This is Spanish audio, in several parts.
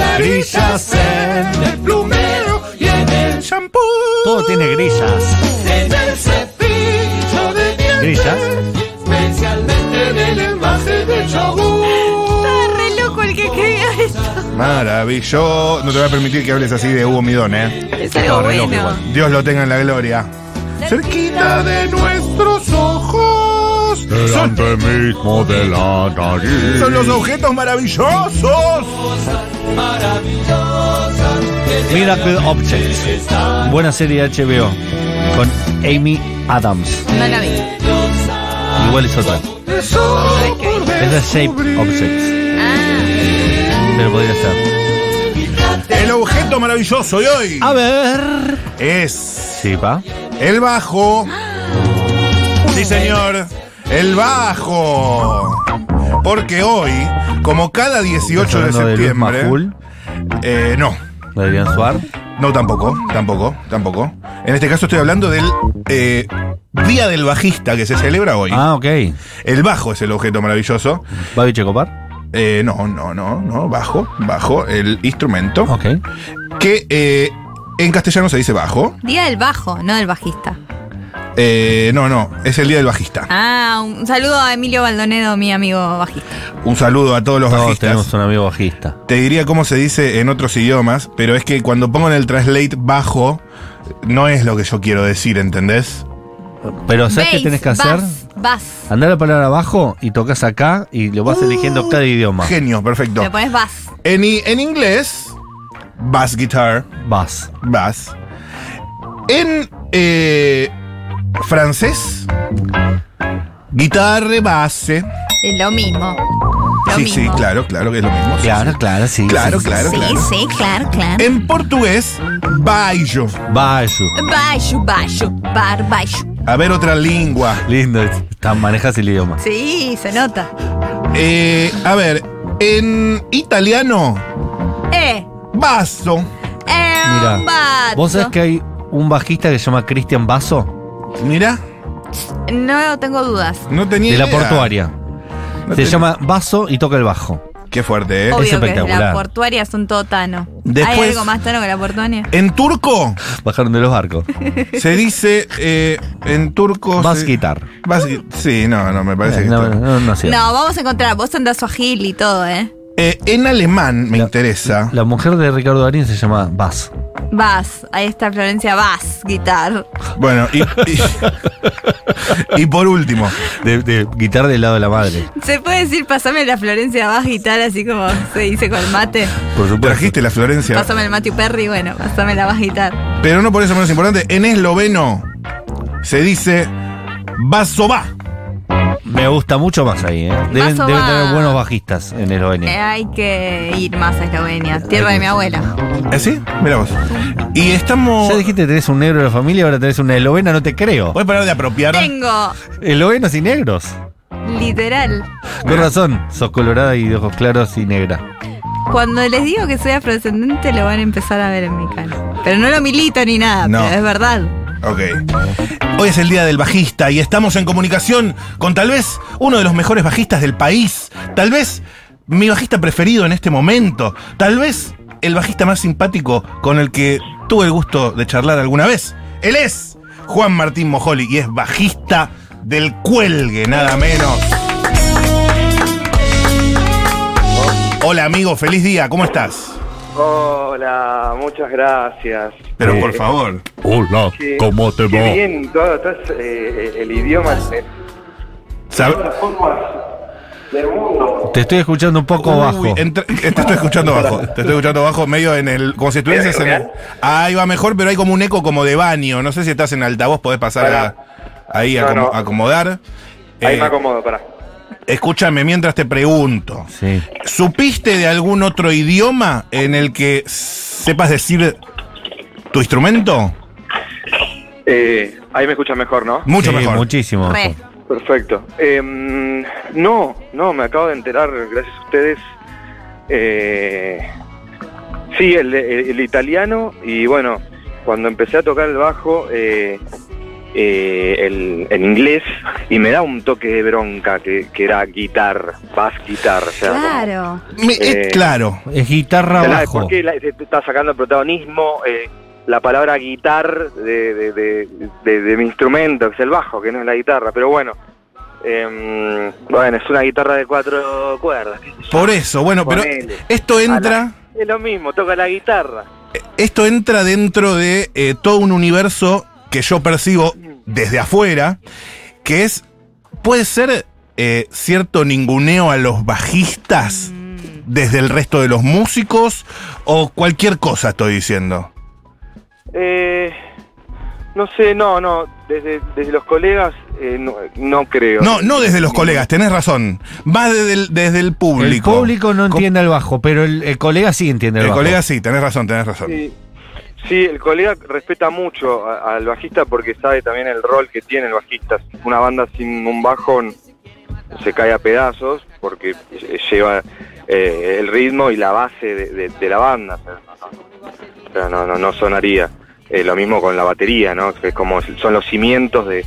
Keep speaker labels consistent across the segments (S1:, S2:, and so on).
S1: arisas en el plumero y en el shampoo.
S2: Todo tiene grisas.
S1: En el cepillo de dientes.
S2: Grisas.
S1: Especialmente en el envase de yogur.
S3: Estaba re loco el que escribió esto.
S4: Maravilloso. No te voy a permitir que hables así de Hugo Midón, ¿eh?
S3: Es algo
S2: Estaba re loco
S3: bueno.
S2: igual.
S4: Dios lo tenga en la gloria.
S1: Cerquita de nuestros ojos.
S4: Son,
S5: mismo de la nariz.
S4: son los objetos maravillosos.
S2: Miracle Objects. Buena serie de HBO. Con Amy Adams.
S3: No la vi.
S2: Igual es otra.
S1: Eso por
S2: Es de Shape Objects.
S3: Ah,
S2: Pero podría ser.
S4: El objeto maravilloso de hoy
S2: A ver.
S4: es
S2: Sí, pa.
S4: el bajo. Sí, señor. El bajo. Porque hoy, como cada 18 de
S2: Hablando de Luis
S4: septiembre.
S2: Majul,
S4: eh, no,
S2: de Adrián Suar.
S4: no tampoco, tampoco, tampoco. En este caso estoy hablando del eh, Día del Bajista que se celebra hoy.
S2: Ah, ok.
S4: El bajo es el objeto maravilloso.
S2: Babi Checopar.
S4: Eh, no, no, no, no, bajo, bajo, el instrumento.
S2: Ok.
S4: Que eh, en castellano se dice bajo.
S3: día del bajo, no del bajista.
S4: Eh, no, no, es el día del bajista.
S3: Ah, un saludo a Emilio Baldonedo, mi amigo bajista.
S4: Un saludo a todos los
S2: Todos
S4: bajistas.
S2: tenemos un amigo bajista.
S4: Te diría cómo se dice en otros idiomas, pero es que cuando pongo en el translate bajo, no es lo que yo quiero decir, ¿entendés?
S2: Pero ¿sabes qué
S3: Bass,
S2: tenés que hacer?
S3: bass, bass.
S2: Andar la palabra abajo y tocas acá y lo vas
S4: Uh.
S2: eligiendo cada idioma.
S4: Genio, perfecto.
S3: Le pones bass.
S4: En, i- en inglés, bass guitar,
S2: Vas.
S4: bass. En eh, francés, guitarre base.
S3: Es lo mismo. Lo
S4: sí, sí,
S3: mismo.
S4: claro, claro que es lo mismo. sí,
S2: Claro,
S4: sí.
S2: claro, sí.
S4: Claro,
S2: sí, sí.
S4: claro,
S3: Sí,
S4: claro.
S3: sí, claro, claro.
S4: En portugués, bajo.
S2: Baixo.
S4: Eh.
S3: Baixo, baixo, bar, baixo.
S4: A ver otra lengua.
S2: Lindo. Está- manejas el idioma.
S3: Sí, se nota.
S4: Eh, a ver, en italiano,
S3: Eh,
S4: basso.
S3: eh,
S2: Mira.
S3: un vato.
S2: ¿Vos sabés que hay un bajista que se llama Cristian Basso?
S4: Mira,
S3: No tengo dudas.
S4: no tenía
S2: De la
S4: idea.
S2: portuaria.
S4: No
S2: Se
S4: tenía-
S2: llama Basso y toca el bajo.
S4: Qué fuerte, ¿eh?
S3: Obvio que
S2: espectacular.
S3: la portuaria son todo tano. ¿Hay
S4: Después-
S3: algo más tano que la portuaria?
S4: En turco
S2: Bajaron de los barcos.
S4: se dice, eh, en turco...
S2: Bass
S4: se-
S2: guitar.
S4: Bass gui- sí, no, no, me Oh, parece que
S2: Eh, no,
S4: está-
S2: no, no, sé.
S3: No, vamos a encontrar. Vos andás a Gil y todo, ¿eh?
S4: Eh, en alemán me
S2: La-
S4: interesa.
S2: La mujer de Ricardo Darín se llama Bass.
S3: Vas. Ahí está Florencia Vas, guitar.
S4: Bueno, y, y- y por último,
S2: De, de guitarra del lado de la madre.
S3: ¿Se puede decir pasame la Florencia Vas, guitar, así como se dice con el mate?
S2: Por supuesto.
S4: trajiste la Florencia,
S3: Pásame el Matthew Perry, bueno, pásame la Vas, guitar.
S4: pero no por eso menos importante. En esloveno se dice basova.
S2: Me gusta mucho más ahí, ¿eh? Deben,
S3: Basso
S2: deben
S3: va.
S2: tener buenos bajistas en
S3: Eh,
S2: Eslovenia.
S3: hay que ir más a Eslovenia, tierra de mi abuela.
S4: ¿Así? Mira vos. Y estamos...
S2: Ya dijiste que tenés un negro de la familia, ahora tenés una eslovena, no te creo.
S4: Voy a parar de apropiar.
S3: Tengo,
S2: Eslovenos y negros.
S3: literal.
S2: Con razón, sos colorada y de ojos claros y negra.
S3: Cuando les digo que soy afrodescendente, lo van a empezar a ver en mi canal. Pero no lo milito ni nada,
S4: No.
S3: pero es verdad.
S4: Ok. Hoy es el día del bajista y estamos en comunicación con tal vez uno de los mejores bajistas del país. Tal vez mi bajista preferido en este momento. Tal vez el bajista más simpático con el que tuve el gusto de charlar alguna vez. Él es Juan Martín Mojoli y es bajista del cuelgue, nada menos. Hola amigo, feliz día, ¿cómo estás?
S6: Hola, muchas gracias.
S4: Pero
S6: Eh,
S4: por favor.
S5: Hola,
S6: qué-
S5: ¿cómo te
S6: qué
S5: va?
S6: bien, todo, todo es, eh, el idioma de
S4: sab-
S6: las formas del mundo.
S2: Te estoy escuchando un poco bajo.
S4: Uy, entra- eh, te estoy escuchando bajo. Te estoy escuchando bajo, medio en el. Como si estuvieses en el. Ahí va mejor, pero hay como un eco como de baño. No sé si estás en altavoz, podés pasar a- ahí a
S6: No,
S4: como-
S6: no.
S4: a acomodar.
S6: Ahí
S4: Eh,
S6: me acomodo, pará.
S4: escúchame, mientras te pregunto.
S2: Sí.
S4: ¿Supiste de algún otro idioma en el que sepas decir tu instrumento?
S6: Eh, ahí me escuchan mejor, ¿no?
S4: Mucho
S2: Sí,
S4: mejor.
S2: Muchísimo.
S3: Re.
S2: mejor.
S6: Perfecto. Em, no, no, me acabo de enterar, gracias a ustedes. Eh, sí, el, el- el italiano y bueno, cuando empecé a tocar el bajo, eh, eh, el- en inglés y me da un toque de bronca que, que era guitar, bass guitar. O sea, como-
S3: Claro.
S4: Me- es
S6: Eh,
S4: claro.
S2: Es guitarra
S6: ¿Sabes
S2: bajo.
S6: ¿Por qué la- se te está sacando el protagonismo? eh, la palabra guitar de, de- de- de- de mi instrumento, que es el bajo, que no es la guitarra, pero bueno. em, bueno, es una guitarra de cuatro cuerdas. qué sé yo.
S4: Por eso, bueno, pero
S6: Ponele.
S4: esto entra,
S6: Es lo mismo, toca la guitarra.
S4: esto entra dentro de eh, todo un universo que yo percibo desde afuera, que es, puede ser eh, cierto ninguneo a los bajistas desde el resto de los músicos o cualquier cosa estoy diciendo.
S6: Eh, no sé, no, no, desde, desde los colegas eh, no, no creo.
S4: No, no desde los colegas, tenés razón. Va desde el, desde el
S2: El
S4: público.
S2: público no
S4: Co-
S2: entiende el bajo, pero el, el colega sí entiende el,
S4: El
S2: bajo.
S4: colega sí, tenés razón, tenés razón.
S6: Sí, sí, el colega respeta mucho a- al bajista porque sabe también el rol que tiene el bajista. Una banda sin un bajo n- se cae a pedazos porque lle- lleva eh, el ritmo y la base de, de- de la banda. O sea, no, no, no sonaría. Eh, lo mismo con la batería, ¿no? Que es como son los cimientos de,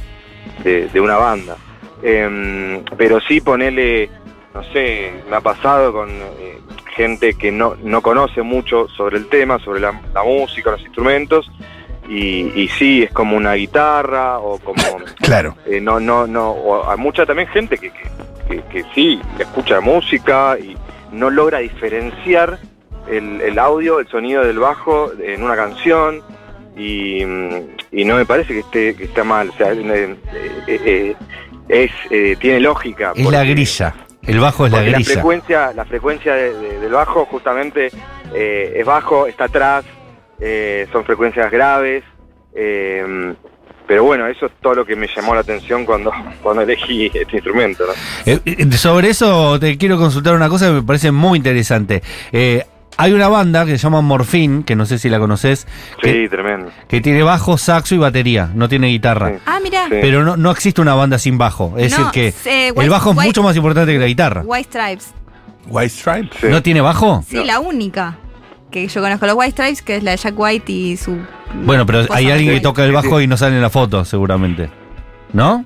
S6: de- de una banda. Em, pero sí ponerle, no sé, me ha pasado con eh, gente que no, no conoce mucho sobre el tema, sobre la, la música, los instrumentos, y, y sí, es como una guitarra o como...
S4: Claro.
S6: eh, no, no, no, o hay mucha también gente que, que, que- que sí, que escucha música y no logra diferenciar el, el audio, el sonido del bajo en una canción y, mm, y no me parece que esté que está mal, o sea, eh, eh, eh, es, eh, tiene lógica.
S2: Es la
S6: porque-
S2: grilla. El bajo es la
S6: porque la
S2: grilla.
S6: frecuencia, la frecuencia de- de- del bajo justamente eh, es bajo, está atrás, eh, son frecuencias graves. eh, pero bueno, eso es todo lo que me llamó la atención cuando, cuando elegí este instrumento. ¿no?
S2: Eh, eh, sobre eso te quiero consultar una cosa que me parece muy interesante. Eh, hay una banda que se llama Morfín, que no sé si la conoces,
S6: Sí,
S2: que,
S6: tremendo.
S2: que tiene bajo, saxo y batería, no tiene guitarra.
S6: Sí.
S3: Ah, mirá.
S6: Sí.
S2: Pero no, no existe una banda sin bajo. Es
S3: No,
S2: decir, que
S3: eh, White-
S2: el bajo es
S3: White-
S2: mucho más importante que la guitarra.
S3: White Stripes.
S4: White Stripes.
S6: Sí.
S2: ¿No tiene bajo?
S3: Sí,
S6: No.
S3: la única que yo conozco. Los White Stripes, que es la de Jack White y su.
S2: Bueno, pero
S3: cosa
S2: hay alguien que
S3: White.
S2: toca el bajo y no sale en la foto, seguramente. ¿No?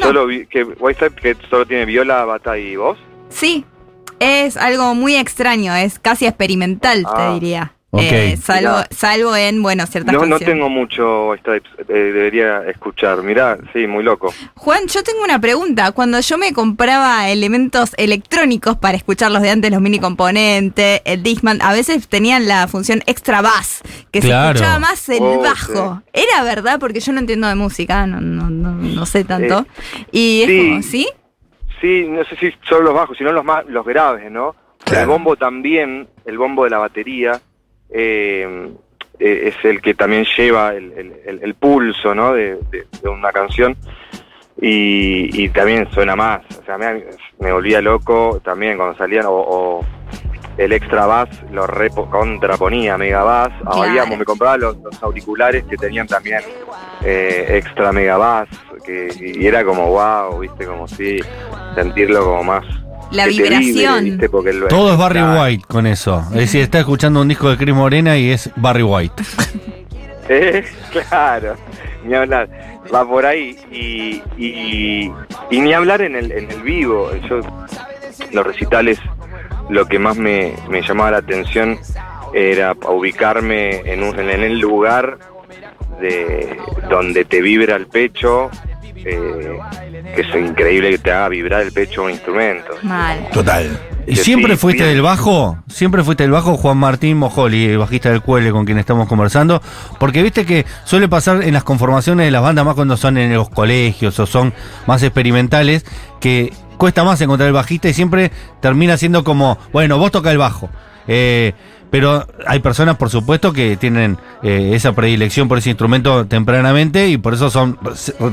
S3: No.
S6: Solo vi- que White Stripes que solo tiene viola, bata y voz.
S3: Sí. Es algo muy extraño, es casi experimental, te
S6: Ah.
S3: diría.
S2: Ok.
S3: Eh, salvo,
S6: Mirá.
S3: salvo en, bueno, ciertas
S6: No, no
S3: canciones.
S6: tengo mucho White Stripes, eh, debería escuchar. Mirá, sí, muy loco.
S3: Juan, yo tengo una pregunta. Cuando yo me compraba elementos electrónicos para escuchar los de antes, los mini componentes, el Discman, a veces tenían la función extra bass, que
S2: Claro.
S3: se escuchaba más el
S6: Oh,
S3: bajo. Era verdad, porque yo no entiendo de música, no, no, no, no sé tanto. y es
S6: Eh, sí.
S3: como, ¿sí?
S6: Sí, no sé si solo los bajos, sino los más, los graves, ¿no?
S4: Claro.
S6: El bombo también, el bombo de la batería, eh, eh, es el que también lleva el, el- el- el pulso, ¿no? De, de- de una canción. Y, y también suena más. O sea, me, me volvía loco también cuando salían, o, o el extra bass lo repo- contraponía, mega bass.
S3: Claro.
S6: Habíamos, me compraba los, los auriculares que tenían también eh, extra mega bass, que y era como wow, viste, como si sentirlo como más.
S3: La
S6: que te vibre,
S3: vibración.
S6: ¿viste? Porque el-
S2: Todo es Barry
S6: Ah,
S2: White con eso. Es decir, está escuchando un disco de Chris Morena y es Barry White.
S6: ¿eh? Claro, ni hablar. Va por ahí y, y, y ni hablar en el, en el vivo. Yo, los recitales, lo que más me, me llamaba la atención era ubicarme en, un, en el lugar de donde te vibra el pecho. eh, que es increíble que te haga vibrar el pecho un instrumento.
S3: Mal.
S4: Total.
S2: ¿Y
S6: Sí,
S2: siempre
S6: sí,
S2: fuiste
S6: bien.
S2: del bajo? Siempre fuiste del bajo Juan Martín Mojoli, el bajista del Cuele con quien estamos conversando. Porque viste que suele pasar en las conformaciones de las bandas, más cuando son en los colegios o son más experimentales, que cuesta más encontrar el bajista y siempre termina siendo como, bueno, vos toca el bajo. Eh, pero hay personas, por supuesto, que tienen eh, esa predilección por ese instrumento tempranamente y por eso son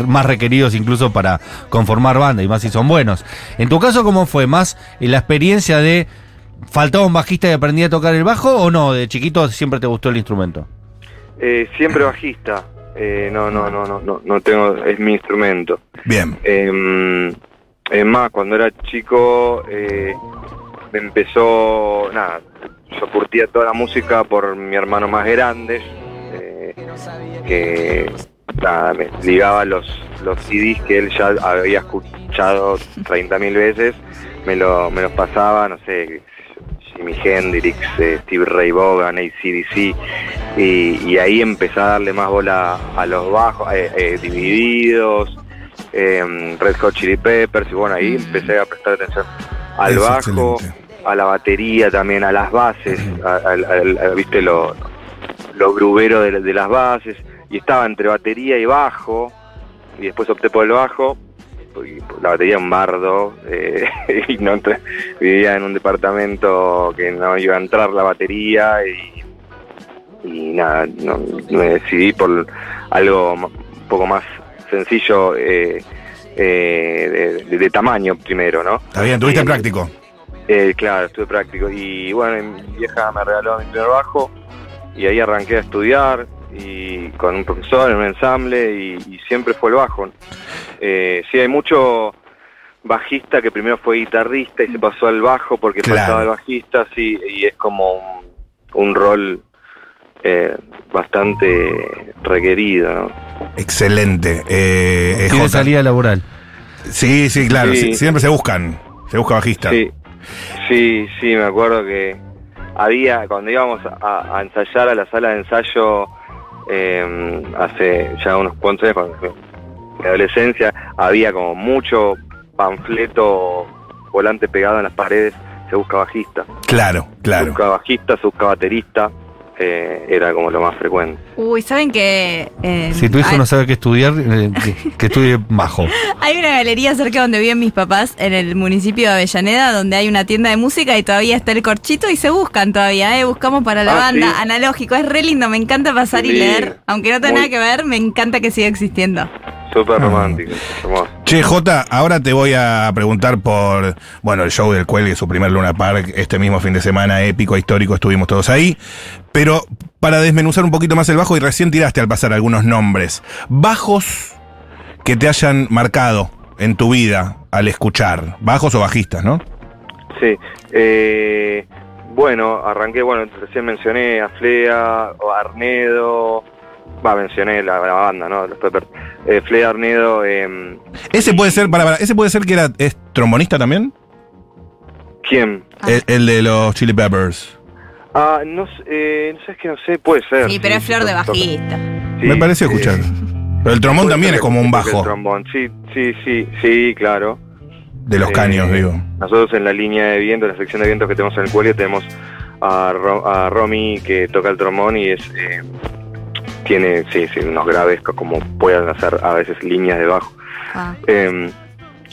S2: más requeridos incluso para conformar banda y más si son buenos. En tu caso, ¿cómo fue? ¿Más eh, la experiencia de faltaba un bajista y aprendí a tocar el bajo o no? ¿De chiquito siempre te gustó el instrumento?
S6: Eh, siempre bajista. Eh, no, no, no, no, no, no tengo, es mi instrumento.
S4: Bien.
S6: Eh, es más, cuando era chico eh, me empezó, nada, yo curtía toda la música por mi hermano más grande, eh, que nada, me ligaba los, los CDs que él ya había escuchado 30.000 veces, me, lo, me los pasaba, no sé, Jimi Hendrix, eh, Steve Ray Vaughan, ACDC, y, y ahí empecé a darle más bola a los bajos, eh, eh, divididos, eh, Red Hot Chili Peppers, y bueno, ahí empecé a prestar atención al
S4: Mm. Es
S6: bajo,
S4: excelente.
S6: a la batería también, a las bases, a- al- al- al- viste, lo, los gruberos de, de las bases, y estaba entre batería y bajo, y después opté por el bajo, y la batería un bardo, eh, y no entré- vivía en un departamento que no iba a entrar la batería, y, y nada, no- me decidí por algo ma- un poco más sencillo eh, eh, de- de- de tamaño primero, ¿no?
S4: Está bien, tuviste
S6: Eh,
S4: práctico.
S6: Eh, claro, estuve práctico. Y bueno, mi vieja me regaló mi primer bajo y ahí arranqué a estudiar y con un profesor en un ensamble y, y siempre fue el bajo. Eh, sí, hay mucho bajista que primero fue guitarrista y se pasó al bajo porque
S4: Claro.
S6: faltaba el bajista, sí, y es como un, un rol eh, bastante requerido, ¿no?
S4: Excelente. Eh, eh,
S2: Tiene
S4: Jota.
S2: salida laboral.
S4: Sí, sí, claro.
S6: Sí.
S4: sí, Siempre se buscan. Se busca bajista.
S6: Sí, sí, sí, me acuerdo que había, cuando íbamos a, a ensayar a la sala de ensayo eh, hace ya unos cuantos años, cuando- en la adolescencia, había como mucho panfleto volante pegado en las paredes, se busca bajista,
S4: Claro,
S6: se
S4: claro.
S6: busca bajista, se busca baterista, eh, era como lo más frecuente.
S3: Uy, ¿saben que eh,
S2: Si tu hijo
S3: hay,
S2: no sabe qué estudiar, eh, que, que estudie bajo.
S3: hay una galería cerca donde viven mis papás, en el municipio de Avellaneda, donde hay una tienda de música y todavía está el corchito y se buscan todavía, ¿eh? Buscamos para la
S6: Ah,
S3: banda,
S6: sí.
S3: analógico, es re lindo, me encanta pasar y
S6: Sí.
S3: leer. Aunque no tenga nada
S6: Muy-
S3: que ver, me encanta que siga existiendo.
S6: Súper
S4: Ah.
S6: romántico, hermoso.
S4: Che, Jota, ahora te voy a preguntar por, bueno, el show del Cuelgue, su primer Luna Park, este mismo fin de semana épico, histórico, estuvimos todos ahí. Pero para desmenuzar un poquito más el bajo, y recién tiraste al pasar algunos nombres. Bajos que te hayan marcado en tu vida al escuchar. Bajos o bajistas, ¿no?
S6: Sí. eh, bueno, arranqué, bueno, recién mencioné a Flea, o a Arnedo, va, mencioné la, la banda, ¿no? Los Peppers. Eh, Flea, Arnedo, em,
S4: Ese puede ser, para, para, ese puede ser que era, es trombonista también.
S6: ¿quién?
S3: Ah.
S4: El, el de los Chili Peppers.
S6: Ah, no sé, eh, no sé, es que no sé, puede ser.
S3: Sí, pero es flor de
S6: to- to-
S3: bajista.
S6: sí,
S4: Me pareció
S6: eh,
S4: escuchar. Pero el trombón
S6: puede
S4: también
S6: ser
S4: es
S6: que-
S4: como un
S6: que el
S4: bajo
S6: trombón, sí, sí, sí, sí, claro.
S4: de los
S6: Eh,
S4: caños, digo.
S6: Nosotros en la línea de viento, en la sección de vientos que tenemos en el cuello, tenemos a, Ro- a Romy que toca el trombón y es eh, tiene sí, sí, unos graves co- como puedan hacer a veces líneas de bajo.
S3: Ah.
S6: Eh,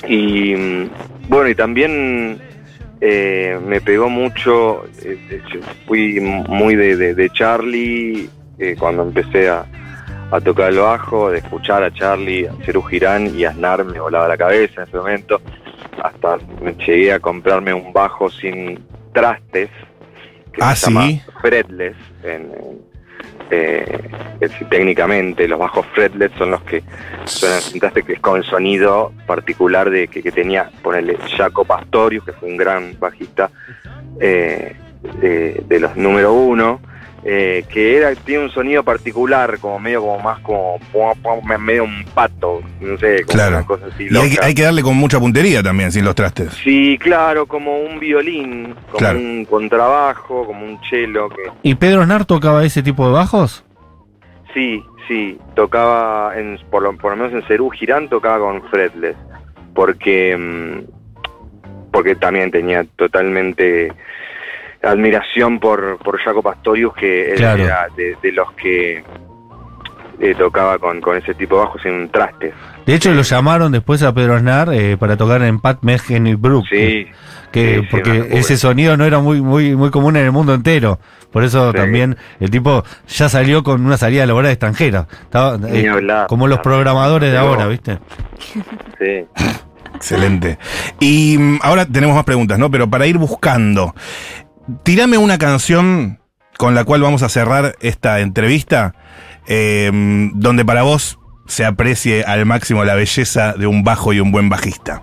S6: y mm, bueno, y también eh, me pegó mucho, eh, eh, yo fui muy de, de- de Charlie eh, cuando empecé a, a tocar el bajo, de escuchar a Charlie, a Cerú Girán y a Aznar me volaba la cabeza en ese momento, hasta me llegué a comprarme un bajo sin trastes, que
S4: Ah,
S6: se llama
S4: sí.
S6: fretless, en- en- eh, es decir, técnicamente los bajos fretless son los que suenan sin traste, que es con el sonido particular de que, que tenía, ponerle Jaco Pastorius, que fue un gran bajista eh, de, de los número uno, eh, que era, tiene un sonido particular, como medio como más como pua, pua, me- medio un pato, no sé, como
S4: Claro.
S6: una cosa así.
S4: Y hay, que-
S6: loca.
S4: hay que darle con mucha puntería también, sin los trastes.
S6: Sí, claro, como un violín, como
S4: Claro.
S6: un contrabajo, como un cello que
S2: ¿Y Pedro Aznar tocaba ese tipo de bajos?
S6: Sí, sí, tocaba, en, por, lo, por lo menos en Cerú Girán tocaba con fretless, porque, mm, porque también tenía totalmente admiración por, por Jaco Pastorius, que él
S2: Claro.
S6: era de, de los que eh, tocaba con, con ese tipo de bajos en trastes.
S2: De hecho, lo llamaron después a Pedro Aznar eh, para tocar en Pat Metheny Brook.
S6: Sí,
S2: que
S6: Sí, sí,
S2: porque
S6: una locura.
S2: ese sonido no era muy muy muy común en el mundo entero por eso
S6: Sí.
S2: también el tipo ya salió con una salida laboral extranjera Estaba,
S6: Ni
S2: eh,
S6: hablar.
S2: como los programadores de
S6: Pero-
S2: ahora viste
S6: sí.
S4: Excelente. Y mm, ahora tenemos más preguntas, ¿no? Pero para ir buscando, tirame una canción con la cual vamos a cerrar esta entrevista, eh, mm, donde para vos se aprecie al máximo la belleza de un bajo y un buen bajista.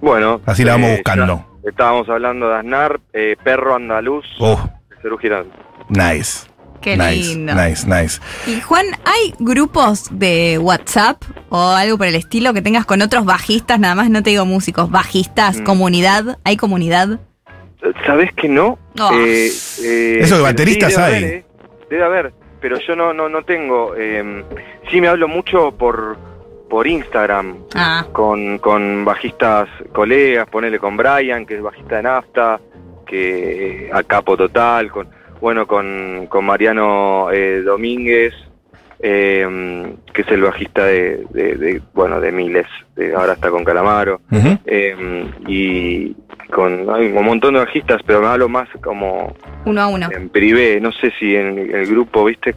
S6: Bueno,
S4: Así la vamos
S6: eh,
S4: buscando.
S6: ya Estábamos hablando de Aznar, eh, Perro Andaluz,
S4: Oh,
S6: Cerú Girán.
S4: nice.
S3: Qué
S4: nice,
S3: lindo.
S4: nice, nice.
S3: Y Juan, ¿hay grupos de WhatsApp o algo por el estilo que tengas con otros bajistas? Nada más no te digo músicos, bajistas,
S6: Mm.
S3: comunidad, ¿hay comunidad?
S6: ¿Sabés que no?
S3: Ah.
S6: Eh, eh,
S4: Eso de
S6: pero
S4: bateristas
S6: debe
S4: hay.
S6: haber, eh. Debe haber, pero yo no, no, no tengo. eh, sí me hablo mucho por, por Instagram,
S3: Ah,
S6: con, con bajistas colegas, ponele con Brian, que es bajista de nafta, que eh, a capo total, con bueno, con, con Mariano eh, Domínguez, eh, que es el bajista de, de- de, bueno de miles, de- ahora está con Calamaro,
S4: Ujú.
S6: eh, y con hay un montón de bajistas, pero me hablo más como
S3: uno a uno.
S6: en privé, no sé si en el grupo, viste,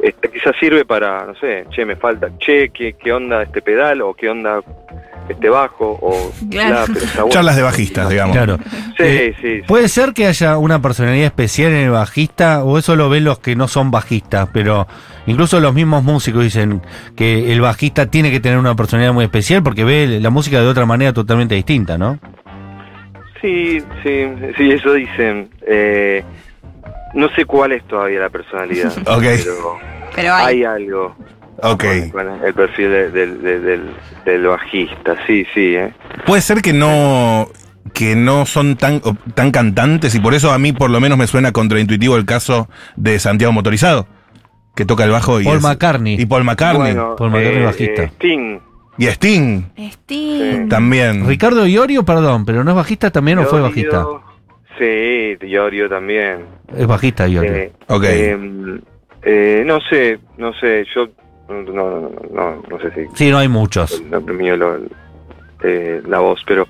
S6: Este, quizás sirve para, no sé, che, me falta, che, ¿qué, qué onda este pedal o qué onda este bajo o
S3: Claro.
S6: bla, pero está bueno.
S4: Charlas de bajistas, digamos.
S2: Claro.
S6: Sí,
S2: Eh,
S6: sí, sí.
S2: ¿Puede ser que haya una personalidad especial en el bajista o eso lo ven los que no son bajistas? Pero incluso los mismos músicos dicen que el bajista tiene que tener una personalidad muy especial porque ve la música de otra manera totalmente distinta, ¿no?
S6: Sí, sí, sí, eso dicen. Eh, no sé cuál es todavía la personalidad,
S4: Ok.
S6: pero
S3: Pero hay.
S6: hay algo
S4: Ok.
S6: con el perfil de- del, del- del- del bajista, sí, sí, eh.
S4: Puede ser que no que no son tan, o- tan cantantes y por eso a mí por lo menos me suena contraintuitivo el caso de Santiago Motorizado, que toca el bajo y
S2: Paul
S4: es-
S2: McCartney.
S4: y Paul McCartney
S6: Bueno, eh,
S2: Paul McCartney bajista.
S6: Sting, eh,
S4: y Sting
S3: Steve.
S4: también.
S2: Ricardo Iorio, perdón, pero no es bajista también o fue bajista.
S6: Iorio. Sí, Iorio también.
S2: Es bajista Iorio.
S6: Eh,
S4: Ok.
S6: eh, eh, no sé, no sé, yo no, no, no, no sé si
S2: Sí, no hay muchos.
S6: lo mío lo- eh, la voz, pero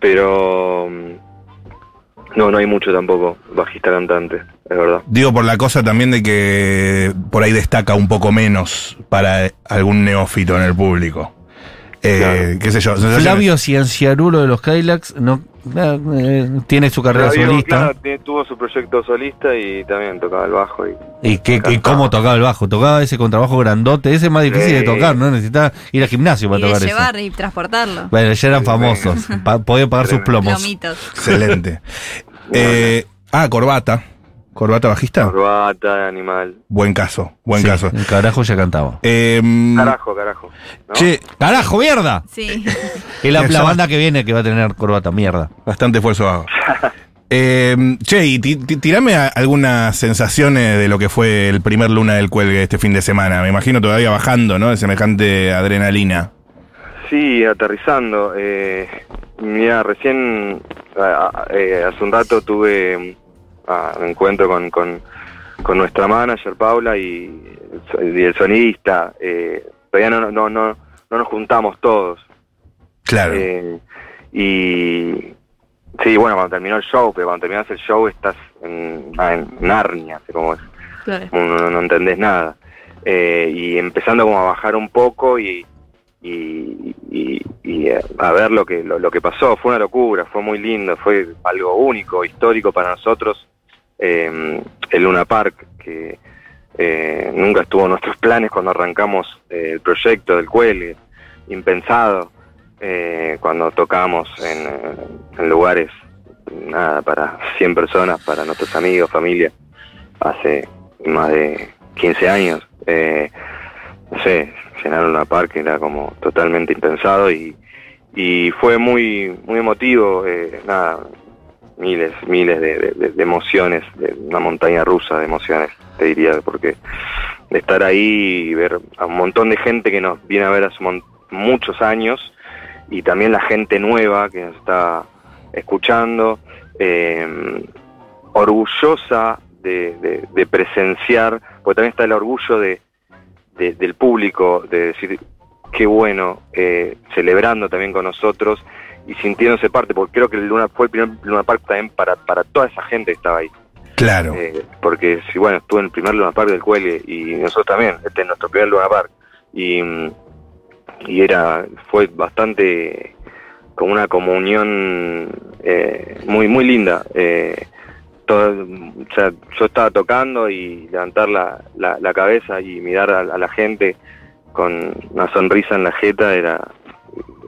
S6: pero mm, no, no hay mucho tampoco bajista cantante, es verdad.
S4: Digo por la cosa también de que por ahí destaca un poco menos para algún neófito en el público. Eh,
S6: Claro.
S4: qué sé yo. sensaciones-
S2: Flavio Cienciarulo de los Cadillacs no, eh, eh, tiene su carrera
S6: Flavio,
S2: solista.
S6: claro, tiene- tuvo su proyecto solista y también tocaba el bajo y
S2: ¿Y, qué, qué- cómo tocaba el bajo? Tocaba ese contrabajo grandote. Ese es más difícil de
S6: Sí.
S2: tocar, ¿no? Necesitaba ir al gimnasio para
S3: Y de
S2: tocar eso.
S3: llevar y transportarlo.
S2: Bueno, ya eran
S6: Sí,
S2: famosos. Pa- podían pagar sus
S6: Tremendo.
S2: plomos.
S3: Plomitos.
S4: Excelente. Eh, ah, corbata. Corbata bajista.
S6: corbata, animal.
S4: Buen caso, buen
S2: Sí,
S4: caso.
S2: El carajo ya cantaba. Mm.
S4: Em,
S6: Carajo, carajo. ¿no?
S4: Che,
S2: ¡Carajo, mierda!
S3: Sí.
S2: Es la,
S4: Ya
S2: la
S4: va.
S2: banda que viene que va a tener corbata, mierda.
S4: bastante esfuerzo hago. Eh, che, y ti- ti- tirame a- algunas sensaciones de lo que fue el primer luna del cuelgue este fin de semana. Me imagino todavía bajando, ¿no? De semejante adrenalina.
S6: Sí, aterrizando. Eh, mira, recién a- a- eh, hace un rato tuve mm, ah, un encuentro con, con, con nuestra manager Paula y, el so- y el sonidista. Eh, todavía no, no, no, no nos juntamos todos.
S4: Claro.
S6: Eh, y sí, bueno, cuando terminó el show, pero cuando terminas el show estás en, ah, en Narnia, así como es
S3: Claro.
S6: no, no- no entendés nada. Eh, y empezando como a bajar un poco y, y- y- y a ver lo que, lo, lo que pasó, fue una locura, fue muy lindo, fue algo único, histórico para nosotros, eh, el Luna Park, que eh, nunca estuvo en nuestros planes cuando arrancamos eh, el proyecto del cuelgue, impensado, eh, cuando tocamos en, eh, en lugares, nada, para 100 personas, para nuestros amigos, familia, hace más de 15 años. Eh, no sé, llenaron la parque, era como totalmente impensado y, y fue muy, muy emotivo. eh, nada, miles, miles de, de- de- de emociones, de una montaña rusa de emociones, te diría, porque de estar ahí y ver a un montón de gente que nos viene a ver hace mon- muchos años y también la gente nueva que nos está escuchando. eh, orgullosa de, de- de presenciar, porque también está el orgullo de, de- del público, de decir qué bueno, eh, celebrando también con nosotros y sintiéndose parte, porque creo que el Luna fue el primer Luna Park también para, para toda esa gente que estaba ahí.
S4: claro.
S6: Eh, porque si bueno, estuve en el primer Luna Park del Cuelgue y nosotros también, este es nuestro primer Luna Park. Y, mm, y era, fue bastante como una comunión eh, muy, muy linda. Eh, todo- o sea, yo estaba tocando y levantar la, la- la cabeza y mirar a, a la gente con una sonrisa en la jeta era,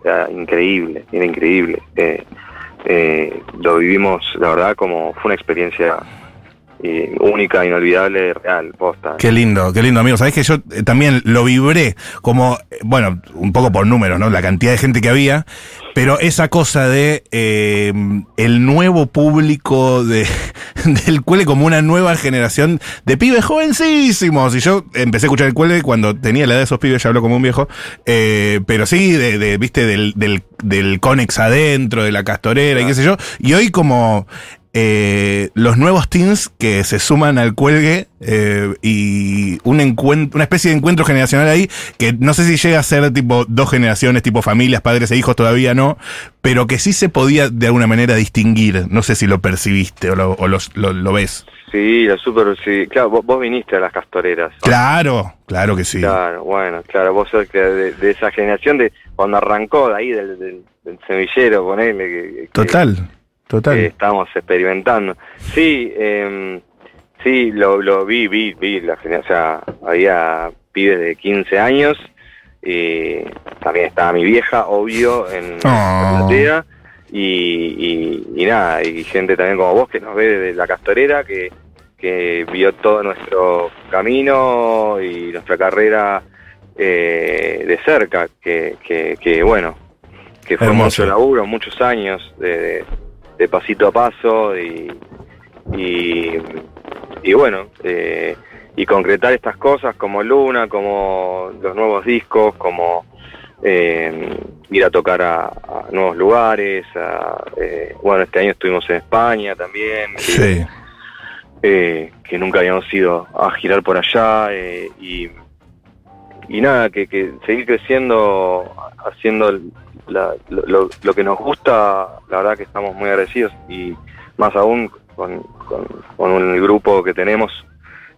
S6: era increíble, era increíble. Eh, eh, lo vivimos, la verdad, como fue una experiencia eh, única, inolvidable, real, posta.
S4: Qué lindo, qué lindo, amigo. Sabés que yo eh, también lo vibré como, eh, bueno, un poco por números, ¿no? La cantidad de gente que había, pero esa cosa de eh, el nuevo público de, del cuele como una nueva generación de pibes jovencísimos. Y yo empecé a escuchar el cuele cuando tenía la edad de esos pibes, ya hablo como un viejo, eh, pero sí, de, de, viste, del, del, del Conex adentro, de la castorera y qué sé yo. Y hoy como eh, los nuevos teens que se suman al cuelgue eh, y un encuentro, una especie de encuentro generacional ahí, que no sé si llega a ser tipo dos generaciones, tipo familias, padres e hijos, todavía no, pero que sí se podía de alguna manera distinguir. No sé si lo percibiste o lo, o los- lo- lo ves.
S6: Sí, la super, sí. Claro, vos, vos viniste a las castoreras.
S4: Claro, claro que sí.
S6: Claro, bueno, claro, vos sos de, de- de esa generación de cuando arrancó de ahí del, del, del semillero, ponele. Que, que-
S4: Total,
S6: que
S4: total.
S6: Eh, estamos experimentando. Sí, eh, sí, lo, lo vi, vi, vi la generación. O sea, había pibes de 15 años. Y también estaba mi vieja, obvio, en
S4: Oh.
S6: la platea. Y, y- y nada, y gente también como vos que nos ve desde la castorera, que, que vio todo nuestro camino y nuestra carrera eh, de cerca, que, que, que, bueno, que fue
S4: Hermoso.
S6: mucho laburo, muchos años de, de- de pasito a paso y, y, y bueno, eh, y concretar estas cosas como Luna, como los nuevos discos, como eh, ir a tocar a, a nuevos lugares. a, eh, bueno, este año estuvimos en España también, que,
S4: Sí.
S6: eh, que nunca habíamos ido a girar por allá eh, y, y nada, que, que seguir creciendo, haciendo la- lo, lo- lo que nos gusta, la verdad que estamos muy agradecidos y más aún con, con, con un- el grupo que tenemos,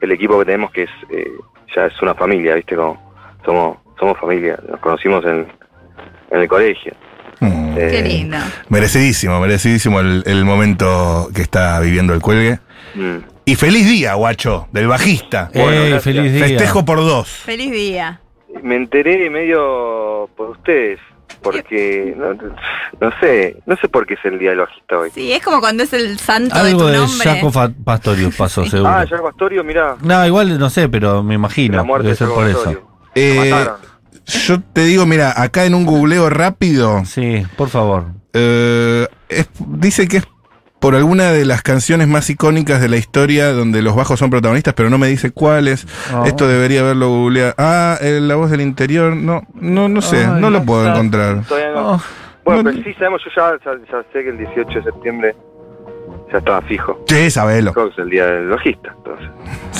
S6: el equipo que tenemos que es eh, ya es una familia, ¿viste? Como somos, somos familia, nos conocimos en, en el colegio.
S4: Mm.
S6: Eh,
S3: Qué lindo.
S4: Merecidísimo, merecidísimo el, el momento que está viviendo el cuelgue.
S6: mm.
S4: Y feliz día, guacho, del bajista.
S6: Bueno,
S2: Ey,
S6: gracias.
S2: Eh, feliz día.
S4: Festejo por dos.
S3: Feliz día.
S6: Me enteré medio por ustedes, porque no, no sé, no sé por qué es el día del bajista hoy.
S3: Sí, es como cuando es el santo
S2: Algo
S3: de tu
S2: de
S3: nombre.
S2: Jaco Fa- Pastorius pasó, seguro.
S6: Ah, Jaco Astorio, mirá,
S2: No, igual no sé, pero me imagino.
S6: la muerte
S2: debe
S6: de
S2: ser
S6: Jaco
S2: por
S6: Astorio.
S2: eso.
S6: Lo
S4: Eh,
S6: mataron.
S4: yo te digo, mira, acá en un googleo rápido,
S2: Sí, por favor.
S4: eh, es- dice que es por alguna de las canciones más icónicas de la historia donde los bajos son protagonistas, pero no me dice cuáles.
S2: Ah.
S4: Esto debería haberlo googleado. Ah, eh, la voz del interior, no, no, no sé,
S2: Ay,
S4: no lo
S2: no
S4: puedo
S2: está.
S4: encontrar.
S6: Todavía no.
S2: Oh,
S6: bueno,
S4: no-
S6: pero sí sabemos, yo ya, ya, ya sé que el 18 de septiembre ya estaba fijo.
S4: Sí, sabelo.
S6: Creo que es el día del bajista, entonces.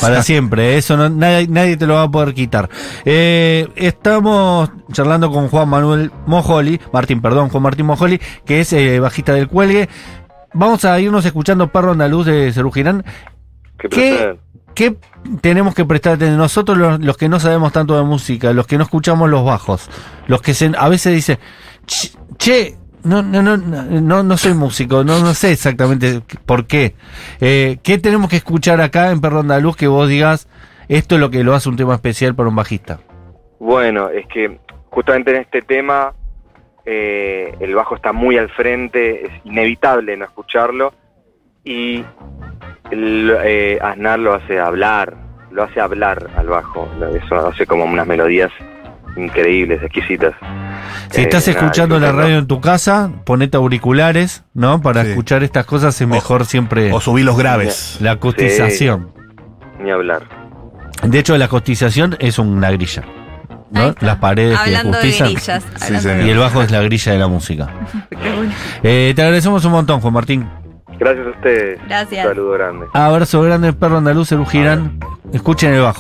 S2: Para siempre, eso no, nadie, nadie te lo va a poder quitar. Eh, estamos charlando con Juan Manuel Mojoli, Martín, perdón, Juan Martín Mojoli, que es eh, bajista del cuelgue. Vamos a irnos escuchando Perro Andaluz de Cerú Girán.
S6: Qué
S2: ¿Qué?
S6: placer.
S2: ¿Qué tenemos que prestar atención? Nosotros, los, los que no sabemos tanto de música, los que no escuchamos los bajos, los que se- a veces dicen, "Ch- che, no, no, no, no, no soy músico, no, no sé exactamente por qué. Eh, ¿Qué tenemos que escuchar acá en Perro Andaluz que vos digas, esto es lo que lo hace un tema especial para un bajista?
S6: Bueno, es que justamente en este tema eh, el bajo está muy al frente, es inevitable no escucharlo y el, eh, Aznar lo hace hablar, lo hace hablar al bajo, lo- eso hace como unas melodías increíbles, exquisitas.
S2: Si
S6: Eh,
S2: estás
S6: nada,
S2: escuchando la
S6: disfrutarlo.
S2: radio en tu casa, ponete auriculares, ¿no? Para
S4: Sí.
S2: escuchar estas cosas es mejor siempre
S4: O subí los graves.
S2: la cotización.
S6: Ni hablar.
S2: De hecho, la cotización es una grilla. ¿no?
S3: Ahí está.
S2: Las paredes
S3: Hablando
S2: que
S3: de
S2: cotizan.
S3: grillas. hablando
S4: señor.
S3: de
S2: Y el bajo es la grilla de la música. Eh, te agradecemos un montón, Juan Martín.
S6: Gracias a ustedes.
S3: Gracias.
S6: Un saludo grande.
S2: Abrazo grande, perro andaluz, Eru Girán. Escuchen el bajo.